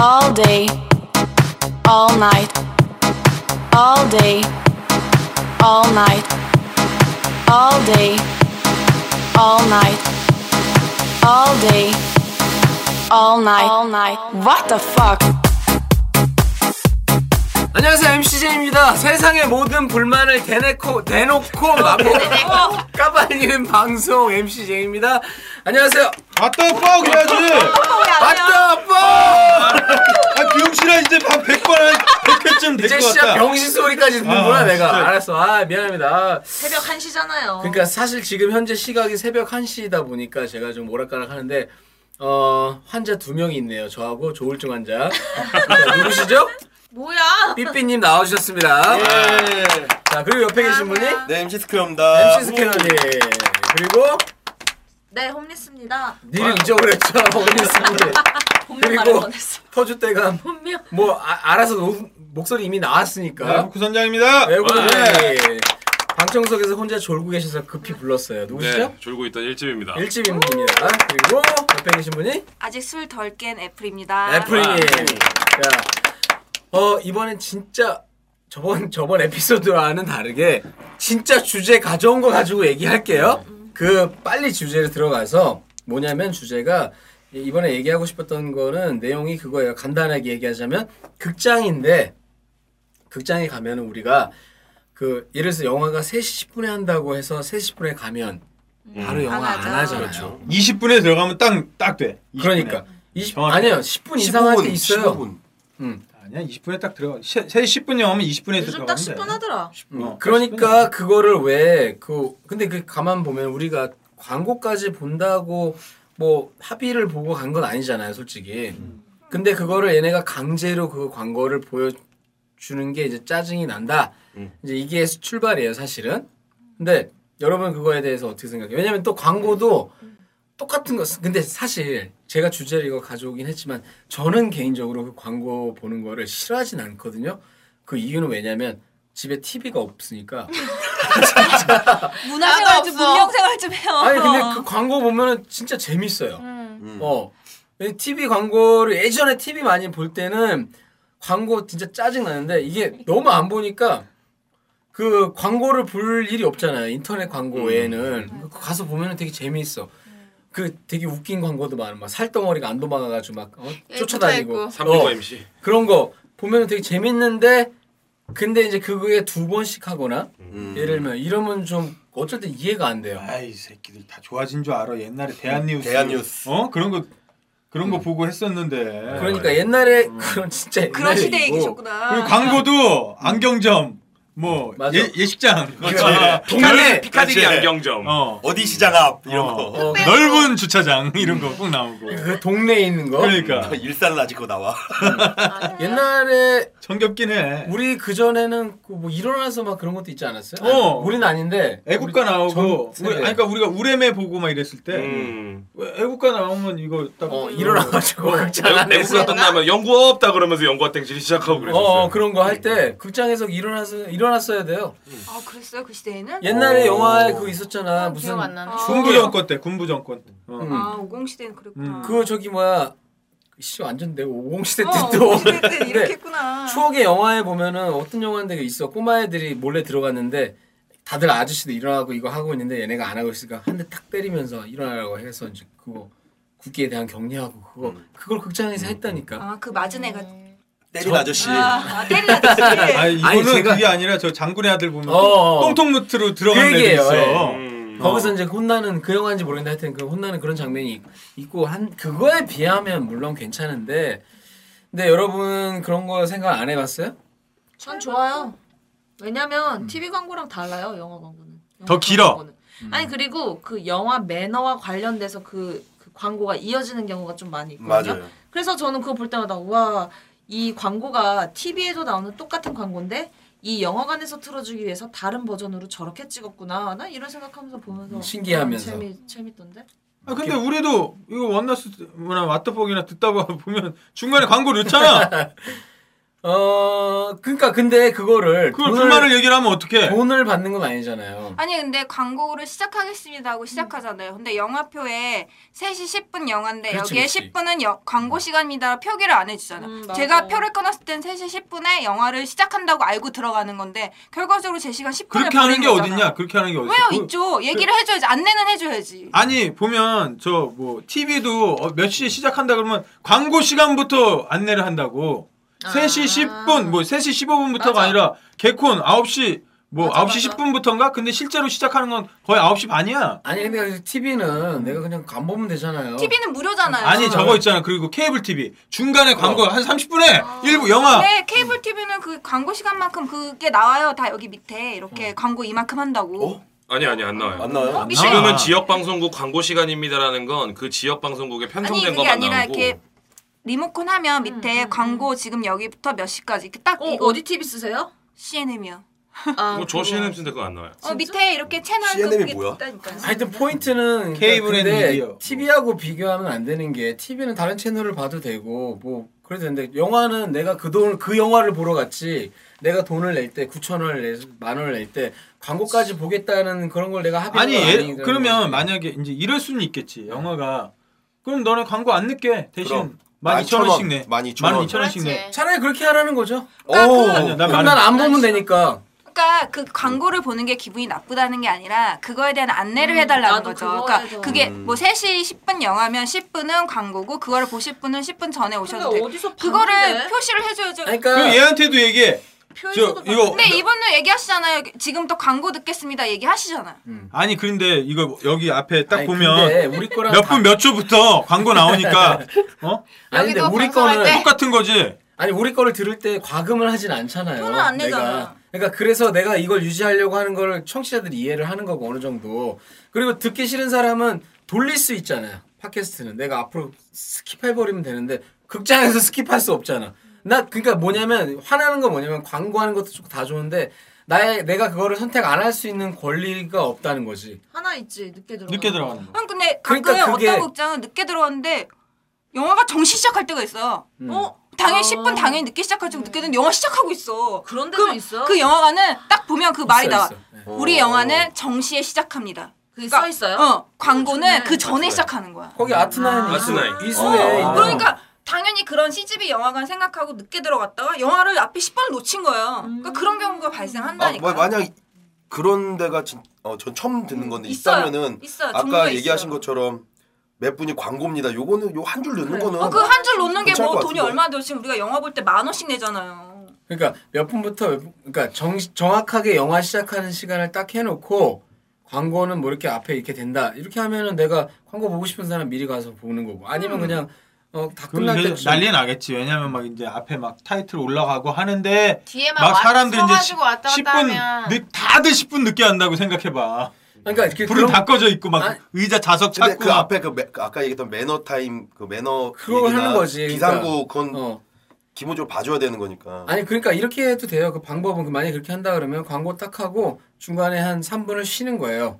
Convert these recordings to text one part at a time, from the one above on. all day, all night, all day, all night, all day, all night, all day, all night, all night. What the fuck? 안녕하세요 MCJ입니다 세상의 모든 불만을 대놓고 대놓고 마구 어, 까발리는 방송 MCJ입니다 안녕하세요 아, 왔다 빡 해야지. 왔다 아빠 아 병신아 이제 한 100번 한 100회쯤 이제 될것 시작 같다. 병신 소리까지 듣는구나 아, 내가 진짜. 알았어 아 미안합니다 새벽 1시잖아요. 그러니까 사실 지금 현재 시각이 새벽 1시이다 보니까 제가 좀 오락가락 하는데 어 환자 두 명이 있네요 저하고 조울증 환자 자, 누구시죠? 뭐야? 삐삐님 나와주셨습니다 예. 자 그리고 옆에 아, 계신 분이 네 MC 스크럼입니다. MC 스캐너님 그리고 네, 홈리스입니다. 니를 잊어버렸죠 오리스님 본명 말을 그리고- 뻔했어. 터줏대감 본명. 뭐 아- 알아서 노- 목소리 이미 네, 나왔으니까 구 선장입니다. 외국인 네. 방청석에서 혼자 졸고 계셔서 급히 불렀어요 누구시죠? 네, 졸고 있던 일집입니다. 일집입니다 그리고 옆에 계신 분이 아직 술 덜 깬 애플입니다. 애플님 자, 어 이번엔 진짜 저번 저번 에피소드와는 다르게 진짜 주제 가져온 거 가지고 얘기할게요 그 빨리 주제를 들어가서 뭐냐면 주제가 이번에 얘기하고 싶었던 거는 내용이 그거예요 간단하게 얘기하자면 극장인데 극장에 가면은 우리가 그 예를 들어서 영화가 3시 10분에 한다고 해서 3시 10분에 가면 음. 바로 영화 안 안 하죠. 하잖아요. 그렇죠. 20분에 들어가면 딱 딱 돼. 20분에. 그러니까 20 정확히. 아니요. 10분 이상 할 때 있어요. 아니야 20분에 딱 들어가. 3 10분에 오면 20분에 요즘 딱 10분 하더라. 음, 어, 그러니까 그거를 왜 그 근데 그 가만 보면 우리가 광고까지 본다고 뭐 합의를 보고 간 건 아니잖아요, 솔직히. 근데 그거를 얘네가 강제로 그 광고를 보여 주는 게 이제 짜증이 난다. 음. 이제 이게 출발이에요, 사실은. 근데 여러분 그거에 대해서 어떻게 생각해요? 왜냐면 또 광고도 똑같은 거 쓰- 근데 사실 제가 주제를 이거 가져오긴 했지만 저는 개인적으로 그 광고 보는 거를 싫어하진 않거든요. 그 이유는 왜냐면 집에 TV가 없으니까 문화생활 좀, 문명생활 좀 해요. 아니 근데 그 광고 보면은 진짜 재밌어요. 어. 이 TV 광고를 예전에 TV 많이 볼 때는 광고 진짜 짜증 나는데 이게 너무 안 보니까 그 광고를 볼 일이 없잖아요. 인터넷 광고 외에는 그 가서 보면은 되게 재미있어. 그 되게 웃긴 광고도 많아. 막 살덩어리가 안 도망가가지고 막 어? 쫓아다니고 삼빈과 어, MC. 그런 거 보면은 되게 재밌는데 근데 이제 그거에 두 번씩 하거나 예를 들면 이러면 좀 어쩔 때 이해가 안 돼요. 아이 새끼들 다 좋아진 줄 알아. 옛날에 대한뉴스. 대한뉴스. 어 그런 거 그런 거 보고 했었는데. 음. 그러니까 옛날에 그런 진짜 옛날 네, 그런 시대에 얘기고 그리고 계셨구나. 광고도 안경점 뭐 맞아. 예, 예식장. 그렇지. 아, 동네 피카디리 그렇지. 안경점. 어. 어디 시장 앞 이런 어. 거 어, 넓은 주차장 이런 거 꼭 나오고. 그 동네에 있는 거 그러니까 일산 라지코 나와 옛날에 정겹긴 해. 우리 그 전에는 뭐 일어나서 막 그런 것도 있지 않았어요? 어. 아니, 우리는 아닌데 애국가 나오고 전 우리, 아니, 그러니까 우리가 우레메 보고 막 이랬을 때 음. 왜 애국가 나오면 이거 딱 어, 일어나가지고 극장 네. 내국 안에서 갔던 다음에 연구 없다 그러면서 연구와 땡질이 시작하고 어, 그랬었어요. 어 그런 거 할 때 극장에서 일어나서 일어났어야 돼요. 아, 그랬어요? 그 시대에는? 옛날에 오. 영화에 그거 있었잖아 무슨 기억 안 나네. 아, 군부 정권 때 군부 정권 때. 어. 음. 아, 50 시대는 그랬구나. 어, 음. 그거 저기 뭐야 씨 완전 내 50시대 어, 때 또 50 시대 때 네. 이렇게 했구나. 추억의 영화에 보면은 어떤 영화인데 그게 있어 꼬마애들이 몰래 들어갔는데 다들 아저씨도 일어나고 이거 하고 있는데 얘네가 안 하고 있으니까 한 대 탁 때리면서 일어나라고 해서 이제 그거 국기에 대한 격려하고 그거 음. 그걸 극장에서 했다니까 아, 그 맞은 애가. 음. 때린 저- 아저씨 아, 아 때리나 다시. 아 이거는 아니, 제가- 그게 아니라 저 장군의 아들 보면 어. 똥통 무트로 들어가는 그 애들 얘기예요, 있어. 음. 거기서 이제 혼나는 그 영화인지 모르겠는데 하여튼 그 혼나는 그런 장면이 있- 있고 한 그거에 비하면 물론 괜찮은데 근데 여러분 그런 거 생각 안 해봤어요? 전 좋아요. 왜냐면 TV 광고랑 달라요. 영화 광고는. 음. 영화 더 길어. 광고는. 아니 그리고 그 영화 매너와 관련돼서 그, 그 광고가 이어지는 경우가 좀 많이 있거든요. 맞아요 그래서 저는 그거 볼 때마다 와 이 광고가 TV에도 나오는 똑같은 광고인데 이 영화관에서 틀어주기 위해서 다른 버전으로 저렇게 찍었구나. 나 이런 생각하면서 보면서 음, 신기하면서. 재미 재밌던데. 아 근데 우리도 이거 원나스나 왓더폭이나 듣다가 보면 중간에 광고 넣잖아. 어, 그러니까 근데 그거를 그걸 불만을 얘기를 하면 어떡해? 돈을 받는 건 아니잖아요. 아니 근데 광고를 시작하겠습니다 하고 시작하잖아요. 근데 영화표에 3시 10분 영화인데 그렇지, 여기에 그렇지. 10분은 여, 광고 시간입니다 표기를 안 해주잖아요. 음, 맞아. 제가 표를 끊었을 땐 3시 10분에 영화를 시작한다고 알고 들어가는 건데 결과적으로 제 시간 10분을 그렇게 하는 게 어딨냐? 그렇게 하는 게 어딨어? 왜요? 그- 있죠. 얘기를 해줘야지. 안내는 해줘야지. 아니 보면 저 뭐 TV도 몇 시에 시작한다 그러면 광고 시간부터 안내를 한다고. 아. 3시 10분 뭐 3시 15분부터가 맞아. 아니라 개콘 9시 뭐 맞아, 9시 맞아. 10분부터인가? 근데 실제로 시작하는 건 거의 9시 반이야. 아니 근데 TV는 내가 그냥 간 보면 어. 되잖아요. TV는 무료잖아요. 아니 저거 있잖아. 그리고 케이블 TV 중간에 광고 한 아. 30분에 일부 영화 네, 케이블 TV는 그 광고 시간만큼 그게 나와요. 다 여기 밑에 이렇게 광고 이만큼 한다고. 어. 아니 아니 안 나와요. 안 나와요? 밑에 지금은 아. 지역 방송국 광고 시간입니다라는 건 그 지역 방송국에 아니 편성된 그게 것만 아니라 나오고 이렇게 리모컨 하면 밑에 광고 지금 여기부터 몇 시까지 이렇게 딱 어, 이거 어디 TV 쓰세요? CNM이요. 아, 뭐 그거. 저 CNM 쓴데 그거 안 나와요. 어 밑에 이렇게 채널 CNM 이 그게 뭐야? 있다니까요. 하여튼 포인트는 그러니까 케이블 앤 근데 미디어. TV하고 비교하면 안 되는 게 TV는 다른 채널을 봐도 되고 뭐 그래도 되는데 영화는 내가 그 돈을 그 영화를 보러 갔지 내가 돈을 낼 때 9천 원을 내, 만 원을 낼 때 광고까지 보겠다는 그런 걸 내가 합의한 아니 건 예- 아니라는 그러면 거지. 만약에 이제 이럴 수는 있겠지 영화가 그럼 너는 광고 안 낼게 대신 그럼. 12,000원씩 내 12,000원. 12,000원씩 내 차라리 그렇게 하라는 거죠. 아니야 난 그럼 만 난 안 보면 되니까. 그러니까 그 광고를 보는 게 기분이 나쁘다는 게 아니라 그거에 대한 안내를 음, 해달라는 나도 거죠. 그거에 그러니까 대해서. 그게 뭐 3시 10분 영화면 10분은 광고고 그거를 보실 분은 10분 전에 근데 오셔도 돼요. 어디서 그거를 봤는데? 표시를 해줘야죠. 아니, 그러니까 그럼 예, 얘한테도 얘기해 표에서도 저 어, 이거- 근데 네, 이분은 얘기하시잖아요. 지금부터 광고 듣겠습니다. 얘기하시잖아요. 음. 아니 그런데 이거 여기 앞에 딱 아니, 보면 근데 우리 거랑 몇 분 몇 초부터 광고 나오니까 어 아니 근데 여기도 우리 방송할 거는 때 똑같은 거지 아니 우리 거를 들을 때 과금을 하진 않잖아요. 돈을 안 내잖아. 내가. 그러니까 그래서 내가 이걸 유지하려고 하는 거를 청취자들이 이해를 하는 거고 어느 정도. 그리고 듣기 싫은 사람은 돌릴 수 있잖아요. 팟캐스트는 내가 앞으로 스킵해 버리면 되는데 극장에서 스킵할 수 없잖아. 나 그러니까 뭐냐면 화나는 건 뭐냐면 광고하는 것도 좋고 다 좋은데 나의 내가 그거를 선택 안 할 수 있는 권리가 없다는 거지. 하나 있지 늦게 들어. 늦게 들어가는 거 형 근데 가끔 그러니까 그게- 어떤 극장은 늦게 들어왔는데 영화가 정시 시작할 때가 있어. 음. 어? 당연히 아. 10분 당연히 늦게 시작할 때고 늦게 는 영화 시작하고 있어. 그런 데도 그, 있어? 그 영화관은 딱 보면 그 말이 있어, 나와. 있어. 네. 우리 영화는 정시에 시작합니다. 그게 그러니까, 써 있어요? 어, 좋네. 광고는 그 아, 전에 시작하는 거야. 거기 아트나인 아. 이수, 아트나인. 이수에 있는 그러니까 당연히 그런 CGV 영화관 생각하고 늦게 들어갔다가 영화를 앞에 10분을 놓친 거예요. 음. 그러니까 그런 경우가 아, 발생한다니까. 뭐, 만약 그런 데가 진, 어, 전 처음 듣는 건데 있어요. 있다면은 있어요. 종류가 아까 얘기하신 있어요. 것처럼 몇 분이 광고입니다. 요거는 요 한 줄 넣는 거는 어, 그한 줄 놓는 게 괜찮을 뭐 것 돈이 같은데. 얼마 들어 지금 우리가 영화 볼 때 만 원씩 내잖아요. 그러니까 몇 분부터 몇 분, 그러니까 정, 정확하게 영화 시작하는 시간을 딱 해놓고 광고는 뭐 이렇게 앞에 이렇게 된다 이렇게 하면은 내가 광고 보고 싶은 사람 미리 가서 보는 거고 아니면 그냥 어다 음. 그럼 끝날 이제 때쯤 난리 나겠지 왜냐면 막 이제 앞에 막 타이틀 올라가고 하는데 뒤에만 막 사람들이 이제 서가지고 왔다 갔다 10분 하면 늦, 다들 10분 늦게 한다고 생각해봐 그러니까 이렇게 불은 그런 다 꺼져 있고 막 아니, 의자 좌석 근데 찾고 그 막 앞에 그, 매, 그 아까 얘기했던 매너 타임 그 매너 그걸 얘기나 하는 거지. 그러니까. 비상구 그건 어 기본적으로 봐줘야 되는 거니까. 아니 그러니까 이렇게 해도 돼요 그 방법은 그 만약 그렇게 한다 그러면 광고 딱 하고 중간에 한 3분을 쉬는 거예요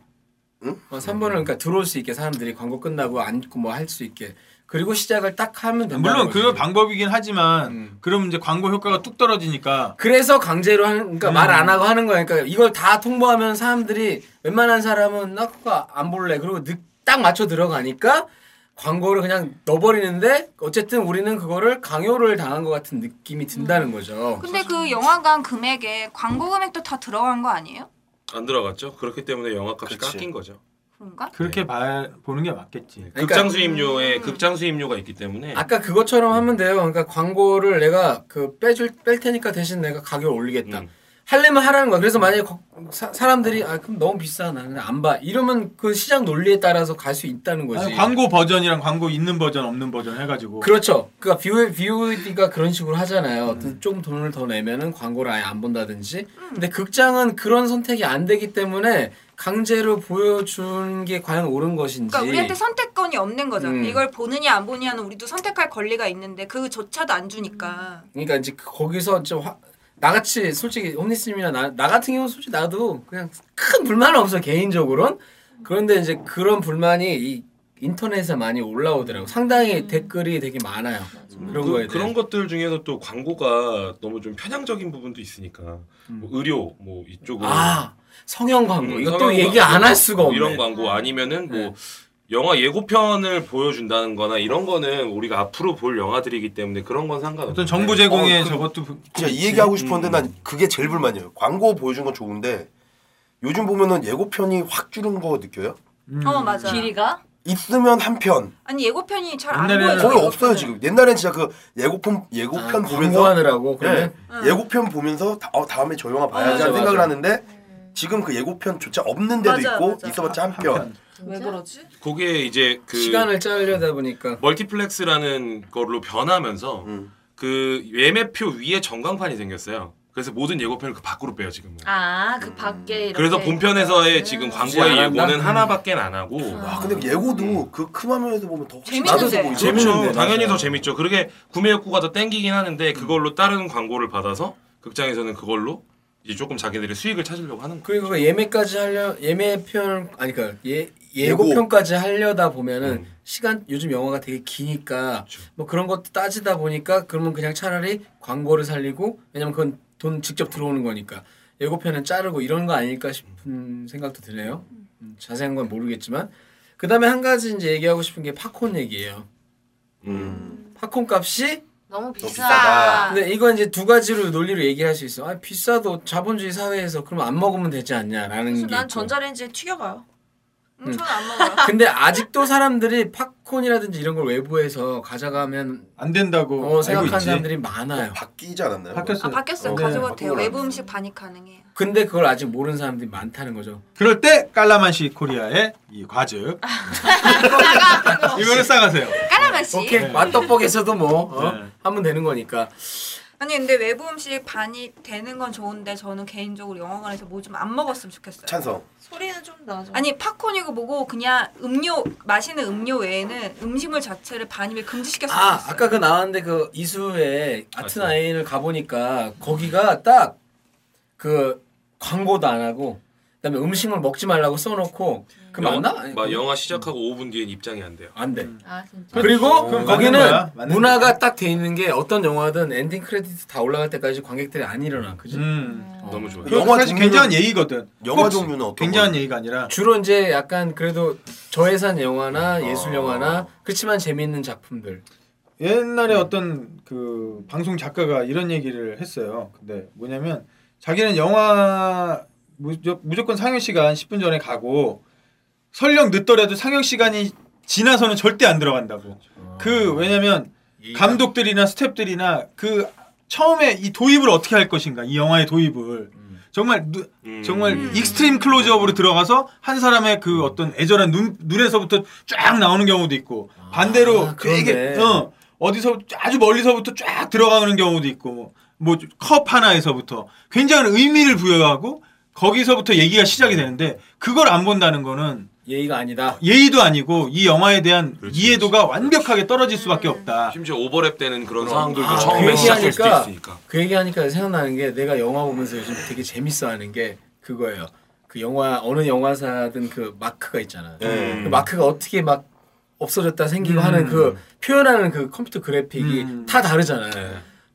응? 어, 3분을 그러니까 들어올 수 있게 사람들이 광고 끝나고 앉고 뭐 할 수 있게 그리고 시작을 딱 하면 된다 물론 그 방법이긴 하지만 음. 그럼 이제 광고 효과가 뚝 떨어지니까 그래서 강제로 하는 그러니까 음. 말 안 하고 하는 거야. 그러니까 이걸 다 통보하면 사람들이 웬만한 사람은 나 그거 안 볼래. 그리고 늦, 딱 맞춰 들어가니까 광고를 그냥 넣어버리는데 어쨌든 우리는 그거를 강요를 당한 것 같은 느낌이 든다는 거죠. 근데 그 영화관 금액에 광고 금액도 다 들어간 거 아니에요? 안 들어갔죠. 그렇기 때문에 영화값이 그렇지. 깎인 거죠. 예. 그런가? 네. 그렇게 봐 보는 게 맞겠지. 그러니까- 극장 수입료에 음. 극장 수입료가 있기 때문에 아까 그것처럼 하면 돼요. 그러니까 광고를 내가 그 빼줄 뺄 테니까 대신 내가 가격 올리겠다. 음. 할래면 하라는 거야. 그래서 음. 만약에 거- 사, 사람들이 아 그럼 너무 비싸 나는 안 봐. 이러면 그 시장 논리에 따라서 갈 수 있다는 거지. 아니, 광고 버전이랑 광고 있는 버전 없는 버전 뭐. 해가지고 그렇죠. 그러니까 뷰 VOD가 그런 식으로 음. 하잖아요. 조금 돈을 더 내면은 광고를 아예 안 본다든지. 근데 극장은 그런 선택이 안 되기 때문에 강제로 보여준 게 과연 옳은 것인지. 그러니까 우리한테 선택권이 없는 거죠. 음. 이걸 보느냐 안 보느냐는 우리도 선택할 권리가 있는데 그조차도 안 주니까. 그러니까 이제 그- 거기서 이제 화- 나같이 솔직히 홈리스님이나 나, 나 같은 경우는 솔직히 나도 그냥 큰 불만은 없어 개인적으론. 그런데 이제 음. 그런 불만이 이 인터넷에 많이 올라오더라고. 상당히 댓글이 되게 많아요. 그런 그- 거에 그런 대해서. 것들 중에서 또 광고가 너무 좀 편향적인 부분도 있으니까 뭐 의료 뭐 이쪽으로 음. 아 성형 광고 음, 이것도 성형 얘기 광고, 안 할 수가 뭐 없네. 이런 광고 아니면은 뭐 네. 영화 예고편을 보여준다는거나 이런 거는 우리가 앞으로 볼 영화들이기 때문에 그런 건 상관없어. 어떤 정보 제공에 어, 그- 저것도 부- 진짜 이 얘기하고 싶었는데 음. 난 그게 제일 불만이에요. 광고 보여준 건 좋은데 요즘 보면은 예고편이 확 줄은 거 느껴요? 어 맞아. 음. 길이가 있으면 한 편. 아니 예고편이 잘 안 옛날에는 보여. 거의 없어요 지금. 옛날엔 진짜 그 예고편 예고편 네. 아, 보면서 광고하느라고 그러면 예, 예고편 보면서 다, 어, 다음에 저 영화 봐야지 맞아, 하는 생각을 맞아. 하는데 지금 그 예고편조차 없는 데도 맞아, 있고 맞아. 있어봤자 한 편. 왜 그러지? 그게 이제 그 시간을 짜려다 보니까 멀티플렉스라는 걸로 변하면서 음. 그 예매표 위에 전광판이 생겼어요. 그래서 모든 예고편을 그 밖으로 빼요 지금은. 아 음. 그 밖에 이렇게 그래서 본편에서의 지금 안 광고의 한다? 예고는 하나밖에 안 하고 아 근데 예고도 그 큰 화면에서 보면 더 훨씬 재밌는데. 나도 보이죠. 그렇죠. 음. 재밌는데, 당연히 맞아요. 더 재밌죠. 그게 구매 욕구가 더 땡기긴 하는데 음. 그걸로 다른 광고를 받아서 극장에서는 그걸로 이제 조금 자기들의 수익을 찾으려고 하는 거. 그리고 그거 예매까지 하려 예매편 아니 그러니까 예 예고. 예고편까지 하려다 보면은 음. 시간 요즘 영화가 되게 기니까 뭐 그런 것도 따지다 보니까 그러면 그냥 차라리 광고를 살리고 왜냐면 그건 돈 직접 들어오는 거니까 예고편은 자르고 이런 거 아닐까 싶은 생각도 드네요. 음, 자세한 건 모르겠지만 그다음에 한 가지 이제 얘기하고 싶은 게 팝콘 얘기예요. 음. 팝콘 값이 너무 더 비싸. 비싸다. 근데 이건 이제 두 가지로 논리로 얘기할 수 있어. 아 비싸도 자본주의 사회에서 그럼 안 먹으면 되지 않냐라는 게. 그래서 난 있고. 전자레인지에 튀겨가요. 음, 저는 안 먹어요. 근데 아직도 사람들이 팝콘이라든지 이런 걸 외부에서 가져가면 안 된다고 어, 알고 생각하는 있지. 사람들이 많아요. 바뀌지 않았나요? 바뀌었어요. 아 바뀌었어요. 어, 네. 가져가도 돼요. 바꾸면 안 외부 음식 반입 가능해요. 근데 그걸 아직 모르는 사람들이 많다는 거죠. 그럴 때 깔라만시 코리아의 이 과즙 이거를 싸가세요. 까라맛이. 오케이 맛떡볶에서도 뭐 어? 네. 하면 되는 거니까. 아니 근데 외부 음식 반입 되는 건 좋은데 저는 개인적으로 영화관에서 뭐 좀 안 먹었으면 좋겠어요. 찬성. 소리는 좀 나죠. 아니 팝콘이고 뭐고 그냥 음료 마시는 음료 외에는 음식물 자체를 반입을 금지시켰으면 아 좋겠어요. 아까 그 나왔는데 그 이수의 아트 맞아요. 나인을 가 보니까 거기가 딱 그 광고도 안 하고 그다음에 음식물 먹지 말라고 써놓고 그 맞나? 아니, 막 영화 시작하고 5분 뒤엔 입장이 안 돼요. 안 돼. 아 진짜. 그리고 그럼 거기는 음. 어, 맞는 거야? 맞는 문화가 딱 돼 있는 게 어떤 영화든 엔딩 크레딧 다 올라갈 때까지 관객들이 안 일어나. 그지? 음. 너무 좋아요. 그- 영화 영화 사실 종류는- 굉장한 예의거든. 영화 혹시 종류는 어떤 굉장한 거예요? 예의가 아니라 주로 이제 약간 그래도 저예산 음. 영화나 예술 어. 아. 영화나 그렇지만 재미있는 작품들. 옛날에 어떤 그 방송 작가가 이런 얘기를 했어요. 근데 뭐냐면 자기는 영화 무조- 무조건 상영 시간 10분 전에 가고 설령 늦더라도 상영 시간이 지나서는 절대 안 들어간다고. 그 왜냐면 감독들이나 스탭들이나 그 처음에 이 도입을 어떻게 할 것인가 이 영화의 도입을 정말 누- 음. 정말 익스트림 클로즈업으로 들어가서 한 사람의 그 어떤 애절한 눈, 눈에서부터 쫙 나오는 경우도 있고 반대로 아, 되게 그런데. 어, 어디서 아주 멀리서부터 쫙 들어가는 경우도 있고 뭐 컵 하나에서부터 굉장한 의미를 부여하고 거기서부터 얘기가 시작이 되는데 그걸 안 본다는 거는 예의가 아니다. 예의도 아니고 이 영화에 대한 그렇지, 이해도가 완벽하게 떨어질 수밖에 없다. 심지어 오버랩되는 그런 상황들도 아, 처음에 그 시작할 수도 얘기하니까- 있으니까. 그 얘기하니까 생각나는 게 내가 영화 보면서 요즘 되게 재밌어하는 게 그거예요. 그 영화 어느 영화사든 그 마크가 있잖아. 네. 음. 그 마크가 어떻게 막 없어졌다 생기고 음. 하는 그 표현하는 그 컴퓨터 그래픽이 음. 다 다르잖아요.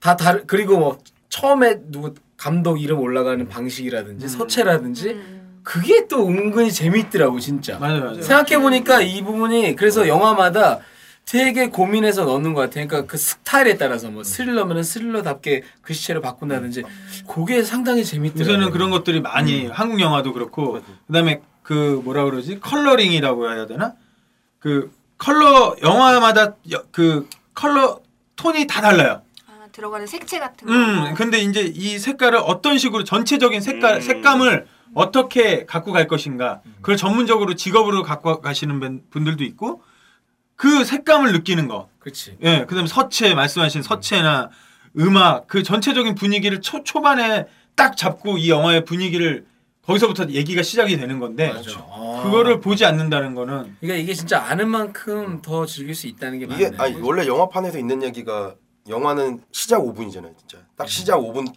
다 다르 그리고 뭐 처음에 누구 감독 이름 음. 올라가는 방식이라든지 서체라든지 그게 또 은근히 재밌더라고 진짜. 맞아요, 맞아요. 음. 생각해 보니까 이 부분이 그래서 영화마다 되게 고민해서 넣는 것 같아요. 그러니까 그 스타일에 따라서 음. 뭐 스릴러면은 스릴러답게 글씨체로 바꾼다든지 그게 상당히 재밌더라고요. 요새는 음. 그런 것들이 많이 한국 영화도 그렇고 그다음에 그 뭐라 그러지 컬러링이라고 해야 되나 그 컬러 영화마다 여- 그 컬러 톤이 다 달라요. 아, 들어가는 색채 같은 거. 음 근데 이제 이 색깔을 어떤 식으로 전체적인 색깔 음. 색감을 어떻게 갖고 갈 것인가 그걸 전문적으로 직업으로 갖고 가시는 분- 분들도 있고 그 색감을 느끼는 거 그렇지. 예, 그다음에 서체 말씀하신 서체나 음악 그 전체적인 분위기를 초 초반에 딱 잡고 이 영화의 분위기를 거기서부터 얘기가 시작이 되는 건데 아. 네. 그거를 보지 않는다는 거는 그러니까 이게 진짜 아는 만큼 더 즐길 수 있다는 게 이게 맞네. 아니 원래 영화판에서 있는 얘기가 영화는 시작 5분이잖아요, 진짜. 음. 딱 시작 5분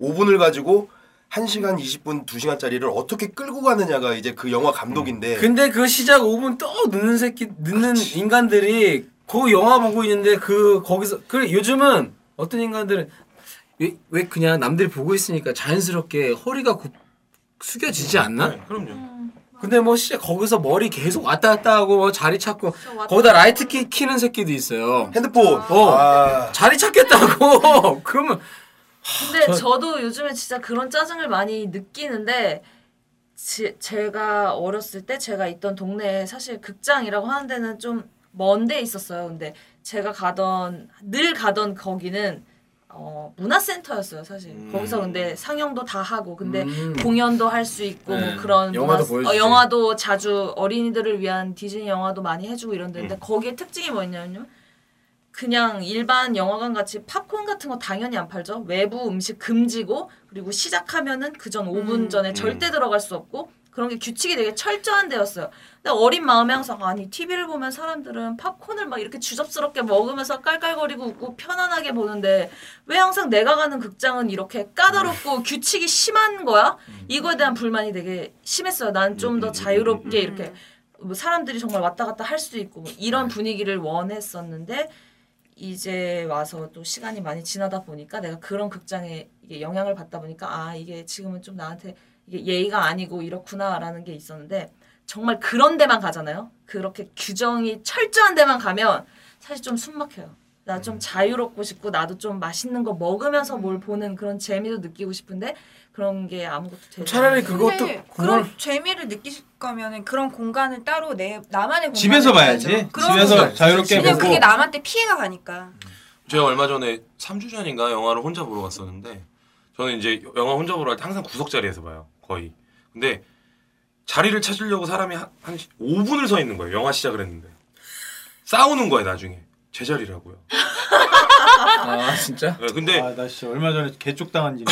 5분을 가지고 1시간 20분 2시간짜리를 어떻게 끌고 가느냐가 음. 이제 그 영화 감독인데 근데 그 시작 5분 또 늦는 새끼 늦는 인간들이 그 영화 보고 있는데 그 거기서 그 요즘은 어떤 인간들은 왜, 왜 그냥 남들이 보고 있으니까 자연스럽게 허리가 굽- 숙여지지 않나? 네, 그럼요. 근데 뭐 진짜 거기서 머리 계속 왔다 갔다 하고 뭐 자리 찾고 왔다 거기다 라이트 키 키는 새끼도 있어요. 핸드폰. 어. 아. 자리 찾겠다고 그러면 근데 저- 저... 도 요즘에 진짜 그런 짜증을 많이 느끼는데 지- 제가 어렸을 때 제가 있던 동네에 사실 극장이라고 하는 데는 좀 먼데 있었어요. 근데 제가 가던 늘 가던 거기는 어, 문화센터였어요, 사실. 거기서 근데 상영도 다 하고 뭐 근데 음. 공연도 할 수 있고 네. 뭐 그런 영화도 문화- 보여주지. 어, 영화도 자주 어린이들을 위한 디즈니 영화도 많이 해주고 이런 데인데 거기에 특징이 뭐였냐면 그냥 일반 영화관 같이 팝콘 같은 거 당연히 안 팔죠. 외부 음식 금지고 그리고 시작하면은 그 전 5분 전에 절대 들어갈 수 없고 그런 게 규칙이 되게 철저한 데였어요. 근데 어린 마음에 항상 아니 TV를 보면 사람들은 팝콘을 막 이렇게 주접스럽게 먹으면서 깔깔거리고 웃고 편안하게 보는데 왜 항상 내가 가는 극장은 이렇게 까다롭고 규칙이 심한 거야? 이거에 대한 불만이 되게 심했어요. 난 좀 더 자유롭게 이렇게 뭐 사람들이 정말 왔다 갔다 할 수 있고 뭐 이런 분위기를 원했었는데 이제 와서 또 시간이 많이 지나다 보니까 내가 그런 극장에 이게 영향을 받다 보니까 아 이게 지금은 좀 나한테 이게 예의가 아니고 이렇구나라는 게 있었는데 정말 그런 데만 가잖아요. 그렇게 규정이 철저한 데만 가면 사실 좀 숨막혀요. 나 좀 자유롭고 싶고 나도 좀 맛있는 거 먹으면서 뭘 보는 그런 재미도 느끼고 싶은데 그런 게 아무것도 되지 차라리 않아요. 그것도 근데 그걸 그런 재미를 느끼실 거면은 그런 공간을 따로 내 나만의 공간을 집에서 만들죠. 봐야지. 그런 집에서 공간. 자유롭게 왜냐면 보고 그게 남한테 피해가 가니까. 제가 얼마 전에 3주 전인가 영화를 혼자 보러 갔었는데 저는 이제 영화 혼자 보러 갈 때 항상 구석 자리에서 봐요. 거의. 근데 자리를 찾으려고 사람이 한, 한 5분을 서 있는 거예요. 영화 시작을 했는데. 싸우는 거예요, 나중에. 제 자리라고요. 아 진짜 네, 근데 아 나 진짜 얼마 전에 개쪽 당한 일이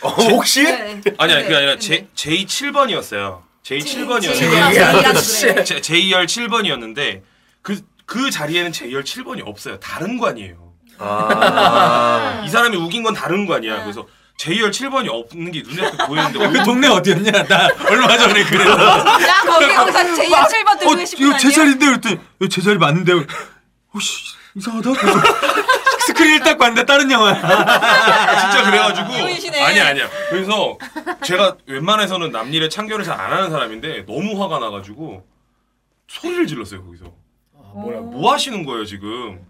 어, 혹시? 예? 네. 아니 아니 그게 아니라 근데. 제, j 7번이었어요. j 7번이었어요. 제 제, JR 7번이었는데 그, 그 자리에는 JR 7번이 없어요. 다른 관이에요. 아. 이 사람이 우긴 건 다른 관이야. 그래서 JR 7번이 없는 게 눈에 딱 보이는데 그 동네 어디였냐 나 얼마 전에 그래서 나 거기 거기서 제일 7번 어 들고 싶은 이거 제 자리인데 그랬더니 이거 제 자리 맞는데 오씨 이상하다 그래서 스크린을 딱 봤는데 다른 영화야 진짜 그래가지고 이분이시네. 아니야 아니야 그래서 제가 웬만해서는 남일에 참견을 잘 안 하는 사람인데 너무 화가 나가지고 소리를 질렀어요 거기서 뭐야 뭐 하시는 거예요 지금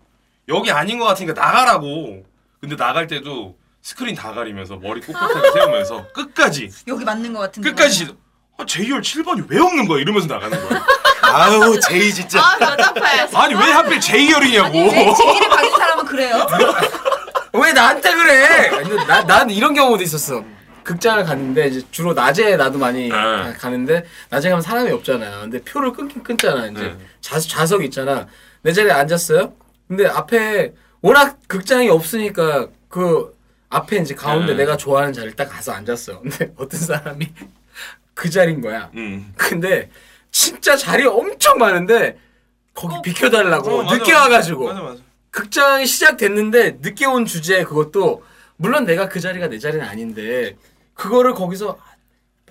여기 아닌 것 같으니까 나가라고 근데 나갈 때도 스크린 다 가리면서 머리 꼿꼿하게 세우면서 끝까지 여기 맞는 것 같은데. 끝까지 아, JR 7번이 왜 없는 거야 이러면서 나가는 거야 아우, 제이 진짜. 아 답답해. 아니 왜 하필 아니 왜 JR이냐고 제의를 받은 사람은 그래요? 왜 나한테 그래? 근데 나, 난 이런 경우도 있었어. 극장을 갔는데 이제 주로 낮에 나도 많이 가- 가는데 낮에 가면 사람이 없잖아요. 근데 표를 끊긴 끊잖아. 이제 네. 좌, 좌석 있잖아. 내 자리에 앉았어요. 근데 앞에 워낙 극장이 없으니까 그 앞에 이제 가운데 네. 내가 좋아하는 자리를 딱 가서 앉았어. 근데 어떤 사람이 그 자리인 거야. 음. 근데 진짜 자리 엄청 많은데 거기 비켜달라고 어, 맞아, 늦게 맞아. 와가지고 맞아 맞아 극장이 시작됐는데 늦게 온 주제 그것도 물론 내가 그 자리가 내 자리는 아닌데 그거를 거기서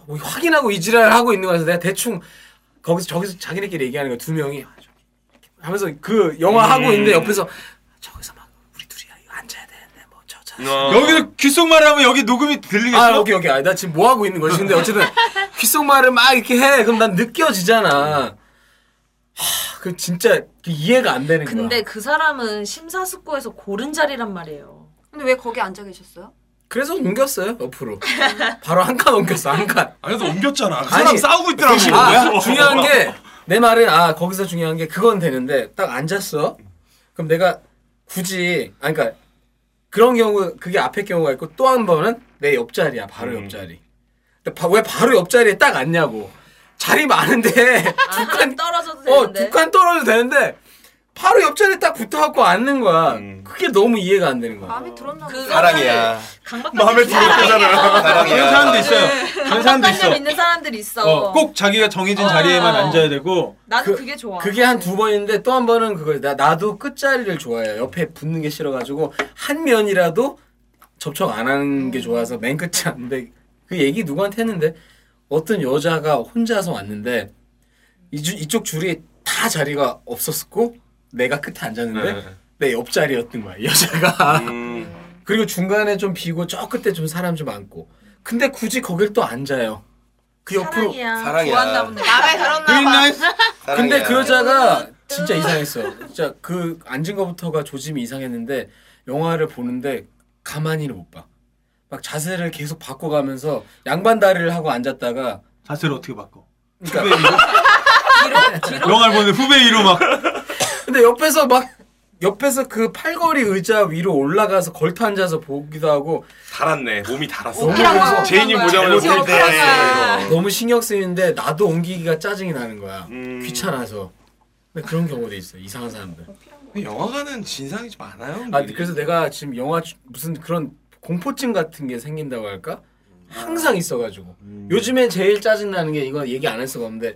뭐 확인하고 이지랄 하고 있는 거라서 내가 대충 거기서 저기서 자기네끼리 얘기하는 거 두 명이 하면서 그 영화 하고 있는데 음. 옆에서 저기서 막 우리 둘이 앉아야 되는데 뭐저 자. 여기서 귓속말 하면 여기 녹음이 들리겠어 아 오케이 오케이 아, 나 지금 뭐 하고 있는 거지 근데 어쨌든 귓속말을 막 이렇게 해 그럼 난 느껴지잖아. 그 진짜 이해가 안 되는 거야. 근데 그 사람은 심사숙고해서 고른 자리란 말이에요. 근데 왜 거기 앉아 계셨어요? 그래서 옮겼어요 옆으로 바로 한 칸 옮겼어 한칸 아니 너 옮겼잖아 그 아니, 사람 싸우고 어. 있더라고 아, 중요한 게 내 말은 아 거기서 중요한 게 그건 되는데 딱 앉았어 그럼 내가 굳이 아 그러니까 그런 경우 그게 앞에 경우가 있고 또 한 번은 내 옆자리야 바로 음. 옆자리 근데 바- 왜 바로 옆자리에 딱 앉냐고 자리 많은데 두 칸 아, 떨어져도 어, 되는데. 두 칸 떨어져도 되는데 바로 옆자리에 딱 붙어갖고 앉는 거야 음. 그게 너무 이해가 안 되는 거야 마음에 들었나 보다. 그거를 사랑이야. 강박관념 마음에 있는 드는 거잖아 그런 사랑이야. 사람도 있어요 그런 사람도 강박관념 있어 있는 사람들 있어. 어, 꼭 자기가 정해진 어. 자리에만 앉아야 되고 나는 그- 그, 게 좋아. 그게 한 두 번인데 또 한 번은 그거 나 나도 끝자리를 좋아해요. 옆에 붙는 게 싫어가지고 한 면이라도 접촉 안 하는 게 좋아서 맨 끝이 안돼. 그 얘기 누구한테 했는데 어떤 여자가 혼자서 왔는데 이 주, 이쪽 줄이 다 자리가 없었고 내가 끝에 앉았는데 네. 내 옆자리였던 거야 이 여자가 음, 그리고 중간에 좀 비고 저 끝에 좀 사람 좀 많고 근데 굳이 거길 또 앉아요 그 옆으로 사랑이야. 사랑이야. 좋아한다 보네. 마음에 들었나 봐. 그린라이트 사랑이야. 근데 그 여자가 진짜 이상했어 진짜 그 앉은 거부터가 조짐이 이상했는데 영화를 보는데 가만히는 못봐막 자세를 계속 바꿔가면서 양반 다리를 하고 앉았다가 자세를 어떻게 바꿔? 그러니까 영화를 보는데 후배 위로 막 근데 옆에서 막 옆에서 그 팔걸이 의자 위로 올라가서 걸터 앉아서 보기도 하고 달았네. 몸이 달았어. 옷이랑 옷이랑 제인이 옷이랑 보자마자 옷이랑 옷을 옷이랑 달았어. 이거. 너무 신경 쓰이는데 나도 옮기기가 짜증이 나는 거야. 음. 귀찮아서. 근데 그런 경우도 있어. 이상한 사람들. 영화관은 진상이 좀 많아요. 아 그래서 내가 지금 영화 주- 무슨 그런 공포증 같은 게 생긴다고 할까? 항상 있어가지고. 음. 요즘에 제일 짜증 나는 게 이거 얘기 안 할 수가 없는데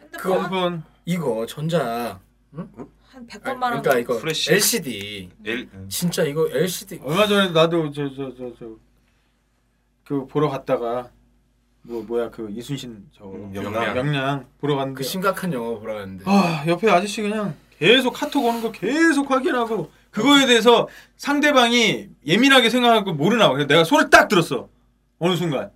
뭐 그거 한번 이거 전자. 한 아, 100번 말하면 그러니까 이거 프레쉬. LCD. 엘, 진짜 이거 LCD. 얼마 전에 나도 저 저 저 저 그 보러 갔다가 뭐 뭐야 그 이순신 저 음, 명량 명량. 명량 보러 갔는데 그 심각한 영화 보라 했는데. 아 옆에 아저씨 그냥 계속 카톡 오는 거 계속 확인하고 그거에 대해서 상대방이 예민하게 생각하고 모르나 봐. 그래서 내가 소리를 딱 들었어. 어느 순간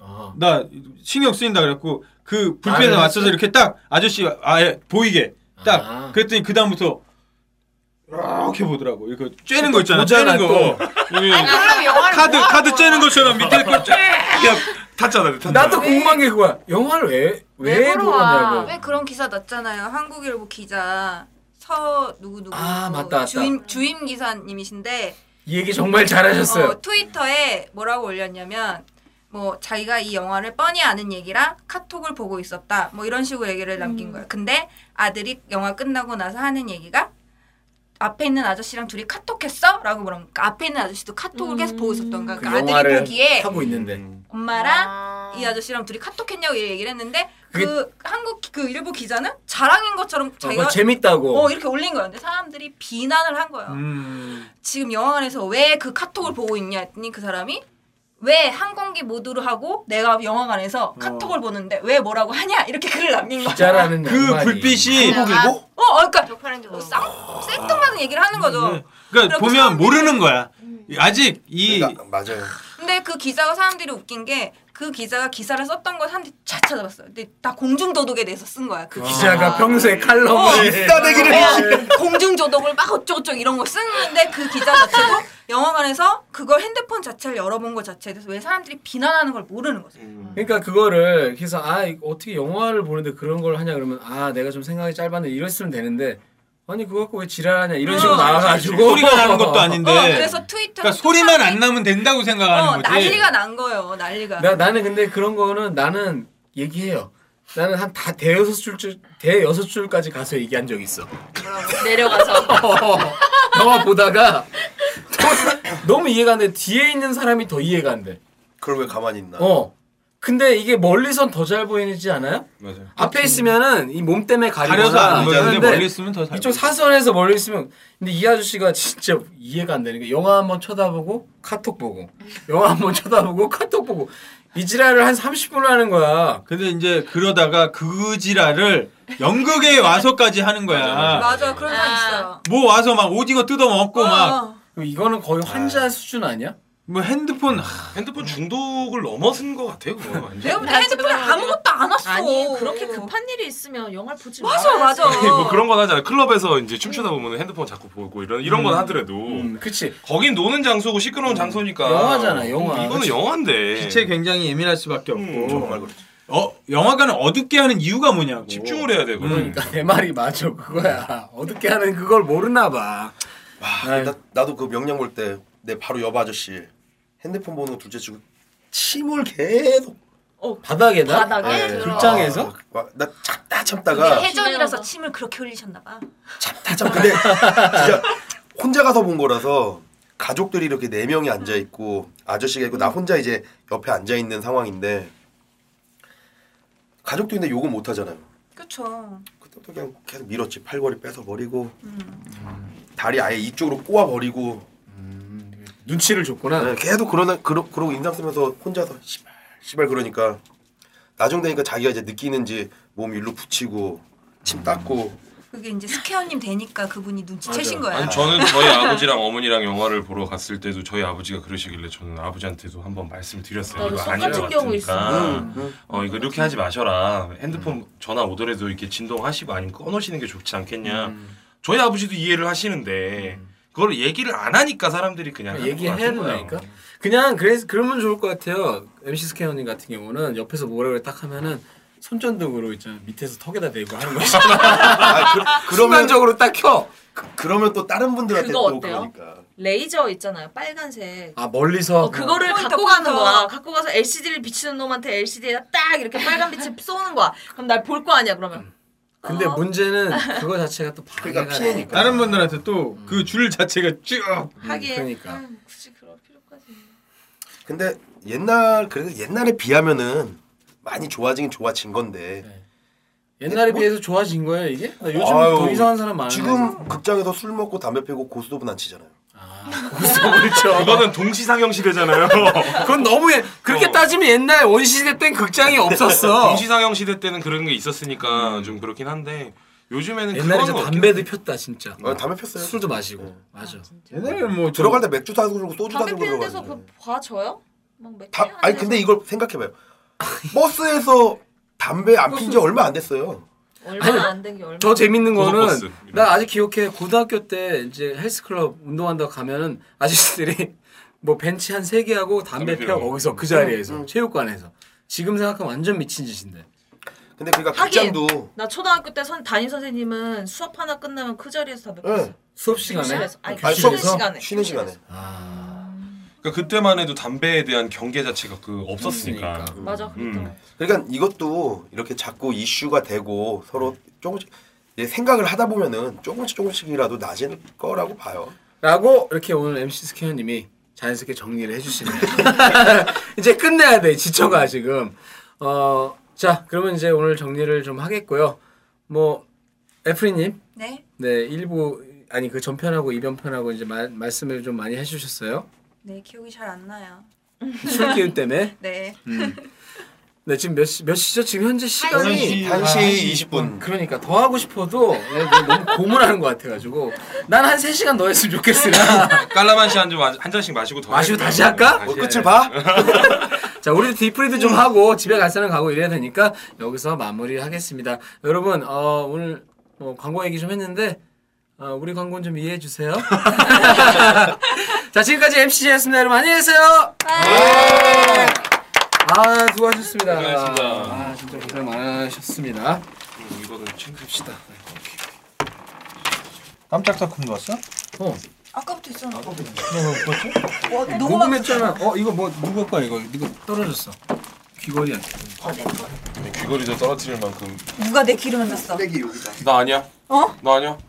아. 나 신경 쓰인다 그랬고 그 불편에 아, 맞춰서 이렇게 딱 아저씨 아예 보이게 딱 아. 그랬더니 그 다음부터 이렇게 보더라고. 이거 쬐는 거 있잖아. 보잖아, 쬐는 거. 이 그럼 영화를 카드 뭐 카드 하는 거야? 쬐는 것처럼 밑에 걸 쬐. 탔잖아. 탔잖아. 나도 궁금한 게 그거야. 영화를 왜, 왜, 왜 보러 보러냐고. 와? 왜 그런 기사 났잖아요. 한국일보 기자 서 누구 누구 아, 맞다, 맞다. 주임 주임 기사님이신데 이 얘기 정말 잘하셨어요. 어, 트위터에 뭐라고 올렸냐면 뭐 자기가 이 영화를 뻔히 아는 얘기랑 카톡을 보고 있었다 뭐 이런 식으로 얘기를 음. 남긴 거예요. 근데 아들이 영화 끝나고 나서 하는 얘기가 앞에 있는 아저씨랑 둘이 카톡했어?라고 물으면 앞에 있는 아저씨도 카톡을 계속 보고 있었던 거야. 그 그러니까 아들이 영화를 보기에 하고 있는데. 음. 엄마랑 이 아저씨랑 둘이 카톡했냐고 얘기를 했는데 그 그게- 한국 기- 그 일부 기자는 자랑인 것처럼 어, 자기가 뭐 재밌다고. 어 이렇게 올린 거였는데 사람들이 비난을 한 거예요. 음. 지금 영화관에서 왜 그 카톡을 보고 있냐 했더니 그 사람이 왜 항공기 모드로 하고 내가 어. 영화관에서 카톡을 보는데 왜 뭐라고 하냐 이렇게 글을 남긴 거야. 진짜라는 그 양반이. 불빛이 그냥 아, 어, 어 그러니까 욕하는 줄 뭐 모르고. 쌍, 생뚱맞은 얘기를 하는 음, 거죠. 그러니까 그럼 보면 사람들이- 음. 모르는 거야. 아직 이 그러니까, 맞아요. 근데 그 기사가 사람들이 웃긴 게 그 기사가 기사를 썼던 걸 사람들이 다 찾아봤어요. 근데 다 공중도덕에 대해서 쓴 거야. 아. 그 기자가 아. 평소에 어, 칼럼을 네. 공중조동을 막 어쩌고저쩌고 이런 걸 쓰는데 그 기자 자체도 영화관에서 그걸 핸드폰 자체를 열어본 것 자체에 대해서 왜 사람들이 비난하는 걸 모르는 거죠. 음. 그러니까 그거를 그래서 아 이거 어떻게 영화를 보는데 그런 걸 하냐 그러면 아 내가 좀 생각이 짧았는데 이랬으면 되는데 아니 그거 갖고 왜 지랄하냐 이런 식으로 어, 나와가지고 소리가 나는 것도 아닌데. 어, 그래서 네. 트위터 그러니까 소리만 안 나면 된다고 생각하는 어, 거지. 난리가 난 거예요. 난리가. 나 나는 근데 그런 거는 나는 얘기해요. 나는 한 다 대여섯 줄 대여섯 줄까지 가서 얘기한 적 있어. 내려가서 영화 보다가 너무- 너무 이해가 안 돼. 뒤에 있는 사람이 더 이해가 안 돼. 그걸 왜 가만히 있나? 어. 근데 이게 멀리선 더 잘 보이지 않아요? 맞아요. 앞에 있으면은 이 몸 때문에 가려서 가리거나 안 보이는데 하는데 멀리 있으면 더 잘. 이쪽 보여. 사선에서 멀리 있으면 근데 이 아저씨가 진짜 이해가 안 되는 게 영화 한번 쳐다보고 카톡 보고 영화 한번 쳐다보고 카톡 보고 이 지랄을 한 30분 하는 거야. 근데 이제 그러다가 그 지랄을 연극에 와서까지 하는 거야. 맞아. 그런 사람 있어요. 뭐 와서 막 오징어 뜯어 먹고 어. 그럼 이거는 거의 아. 환자 수준 아니야? 막 뭐 핸드폰 하, 핸드폰 중독을 넘어선 것 같아요. 그거 완전. 내가 볼때 핸드폰에 아무것도 안 왔어. 아니 그렇게 급한 일이 있으면 영화를 보지 맞아, 말아야지. 맞아. 뭐 그런 건 하잖아요. 클럽에서 이제 춤추다 보면 핸드폰 자꾸 보고 이런 이런 건 하더라도 음, 그치. 거긴 노는 장소고 시끄러운 장소니까 영화잖아, 영화. 이거는 네. 영화인데 빛에 굉장히 예민할 수밖에 없고. 음, 정말 그렇죠. 어, 영화관을 어둡게 하는 이유가 뭐냐고. 집중을 해야 되거든. 그러니까 내 말이 맞아 그거야. 어떻게 하는 그걸 모르나 봐. 와, 네. 나, 나도 그 명량 볼 때 내 바로 옆 아저씨 핸드폰 보는 거 둘째 치고 침을 계속 바닥에다? 어, 바닥에 아. 네. 들어. 극장에서? 아. 와, 나 참다 참다가 해전이라서 침을 그렇게 흘리셨나 봐. 참다 참 근데 진짜 혼자 가서 본 거라서 가족들이 이렇게 네 명이 앉아 있고 아저씨가 있고 나 혼자 이제 옆에 앉아 있는 상황인데 가족도 있는데 욕은 못 하잖아요. 그렇죠. 그때부터 그냥 계속 밀었지 팔걸이 뺏어 버리고 다리 아예 이쪽으로 꼬아 버리고 눈치를 줬구나. 계속 네, 그러나 그러, 그러고 인상 쓰면서 혼자서 씨발 씨발 그러니까 나중 되니까 자기가 이제 느끼는지 몸 일로 붙이고 침 닦고 그게 이제 스케어님 되니까 그분이 눈치채신 거야. 아니 저는 저희 아버지랑 어머니랑 영화를 보러 갔을 때도 저희 아버지가 그러시길래 저는 아버지한테도 한번 말씀드렸어요. 나도 이거 똑같은 아닌 것 경우 음, 음, 같으니까. 있어. 어 이거 이렇게 하지 마셔라. 핸드폰 전화 오더라도 이렇게 진동하시고 아니면 꺼놓으시는 게 좋지 않겠냐. 음. 저희 아버지도 이해를 하시는데 그걸 얘기를 안 하니까 사람들이 아, 그냥 얘기해야 된다니까. 그냥 그래서 그러면 좋을 것 같아요. MC 스케어님 같은 경우는 옆에서 뭐라 그래 딱 하면은 손전등으로 있잖아 밑에서 턱에다 대고 하는 거지. 아, 그, 그러면 순간적으로 딱 켜. 그러면 또 다른 분들한테 그거 또 어때요? 그러니까. 레이저 있잖아요. 빨간색. 아 멀리서. 어, 그거를 포인터, 갖고 가는 포인터. 거야. 갖고 가서 LCD를 비추는 놈한테 LCD에다 딱 이렇게 빨간 빛을 쏘는 거야. 그럼 날 볼 거 아니야, 그러면. 음, 근데 어. 문제는 그거 자체가 또 그러니까 방해가 피해니까. 다른 분들한테 또 그 줄 자체가 쭉 하긴. 음. 그러니까. 아유, 굳이 그럴 필요까지. 근데 옛날 그래도 옛날에 비하면은 많이 좋아지긴 좋아진 건데 옛날에 뭐- 비해서 좋아진 거예요 이게? 나 네. 요즘 아유, 더 이상한 사람 많아. 지금 극장에서 술 먹고 담배 피고 고스톱은 안 치잖아요. 그렇죠. 그러니까 그거는 동시상영 시대잖아요. 그건 너무 옛- 그렇게 어. 따지면 옛날 원시시대 땐 극장이 없었어. 동시상영 시대 때는 그런 게 있었으니까 좀 그렇긴 한데 요즘에는 음. 옛날에 그런 저 거 담배도 폈다 진짜. 어, 담배 폈어요. 음. 술도 마시고 맞아. 옛날에 뭐 들어갈 때 맥주 사주고 소주 담배 사주고 피는 데서 들어가요. 그 봐줘요? 막 맥주 다 아니 근데 이걸 생각해봐요. 버스에서 담배 안 핀 지 얼마 안 됐어요. 얼마 안 된 게 얼마. 더 재밌는 거는 고속버스. 나 아직 기억해 고등학교 때 이제 헬스클럽 운동한다고 가면은 아저씨들이 뭐 벤치 한 세 개 하고 담배 담배 펴 피우고. 거기서 그 자리에서 체육관에서 지금 생각하면 완전 미친 짓인데 근데 그러니까 하긴. 극장도 나 초등학교 때 선, 담임 선생님은 수업 하나 끝나면 그 자리에서 담배 응. 폈어. 수업 시간에 아. 교실에서. 아니, 네. 아니, 쉬는 수업- 시간에. 쉬는 시간에 그러니까 그때만 해도 담배에 대한 경계 자체가 그 없었으니까. 맞아, 그랬던 거. 음. 그러니까 이것도 이렇게 자꾸 이슈가 되고 서로 조금씩 내 생각을 하다 보면은 조금씩 조금씩이라도 나아질 거라고 봐요. 라고 이렇게 오늘 MC 스케어님이 자연스럽게 정리를 해주시네요 이제 끝내야 돼 지쳐가 지금 어자 그러면 이제 오늘 정리를 좀 하겠고요 뭐 에프리님 네. 네, 일부 아니 그 전편하고 이변편하고 이제 말, 말씀을 좀 많이 해주셨어요. 네, 기억이 잘 안 나요. 술 기운 때문에. 네. 네, 지금 몇 시 몇 시죠? 지금 현재 시간이 1시, 1시 20분. 그러니까 더 하고 싶어도 내가 너무 고문하는 것 같아가지고 난 한 3시간 더 했으면 좋겠으나 깔라만시 한잔한 잔씩 마시고 더 마시고 해볼까요? 다시 할까? 뭐 다시 끝을 봐? 자 우리도 디프리드 좀 하고 집에 갈 사람 가고 이래야 되니까 여기서 마무리하겠습니다 여러분 어, 오늘 뭐 광고 얘기 좀 했는데 어, 우리 광고는 좀 이해해 주세요 자 지금까지 MC였습니다 여러분 안녕히 계세요 아 수고하셨습니다. 수고하셨습니다. 아 진짜 고생 많으셨습니다. 음, 이거는 챙깁시다. 깜짝 작품도 왔어? 어, 아까부터 있었는데. 뭐, 어 녹음했잖아. 어 이거 뭐 누구 거야 이거? 이거 떨어졌어. 귀걸이야. 근데 귀걸이도 떨어뜨릴 만큼 누가 내 귀를 만났어? 나 아니야. 어? 나 아니야.